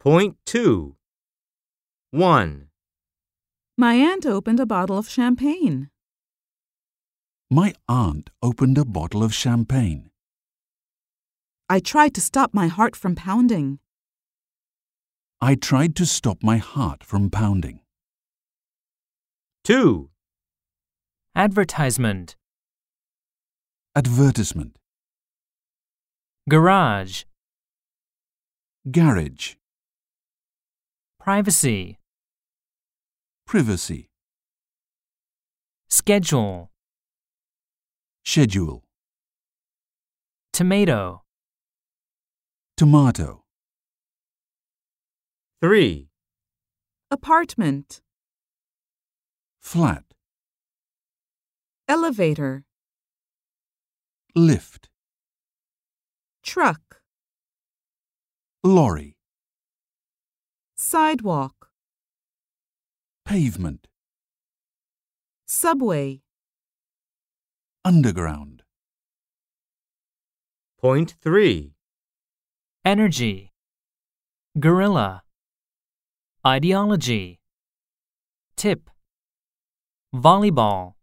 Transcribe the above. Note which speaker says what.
Speaker 1: Point two. One,
Speaker 2: My aunt opened a bottle of champagne.
Speaker 3: My aunt opened a bottle of champagne.
Speaker 2: I tried to stop my heart from pounding.
Speaker 3: I tried to stop my heart from pounding.
Speaker 1: two,
Speaker 4: advertisement,
Speaker 3: Advertisement.
Speaker 4: garage,
Speaker 3: Garage.
Speaker 4: privacy,
Speaker 3: Privacy.
Speaker 4: schedule,
Speaker 3: Schedule.
Speaker 4: tomato,
Speaker 3: Tomato.
Speaker 1: three,
Speaker 2: Apartment.
Speaker 3: Flat.
Speaker 2: Elevator.
Speaker 3: Lift.
Speaker 2: Truck.
Speaker 3: Lorry.
Speaker 2: Sidewalk.
Speaker 3: Pavement.
Speaker 2: Subway.
Speaker 3: Underground.
Speaker 1: point three,
Speaker 4: energy, gorilla, ideology, tip, volleyball.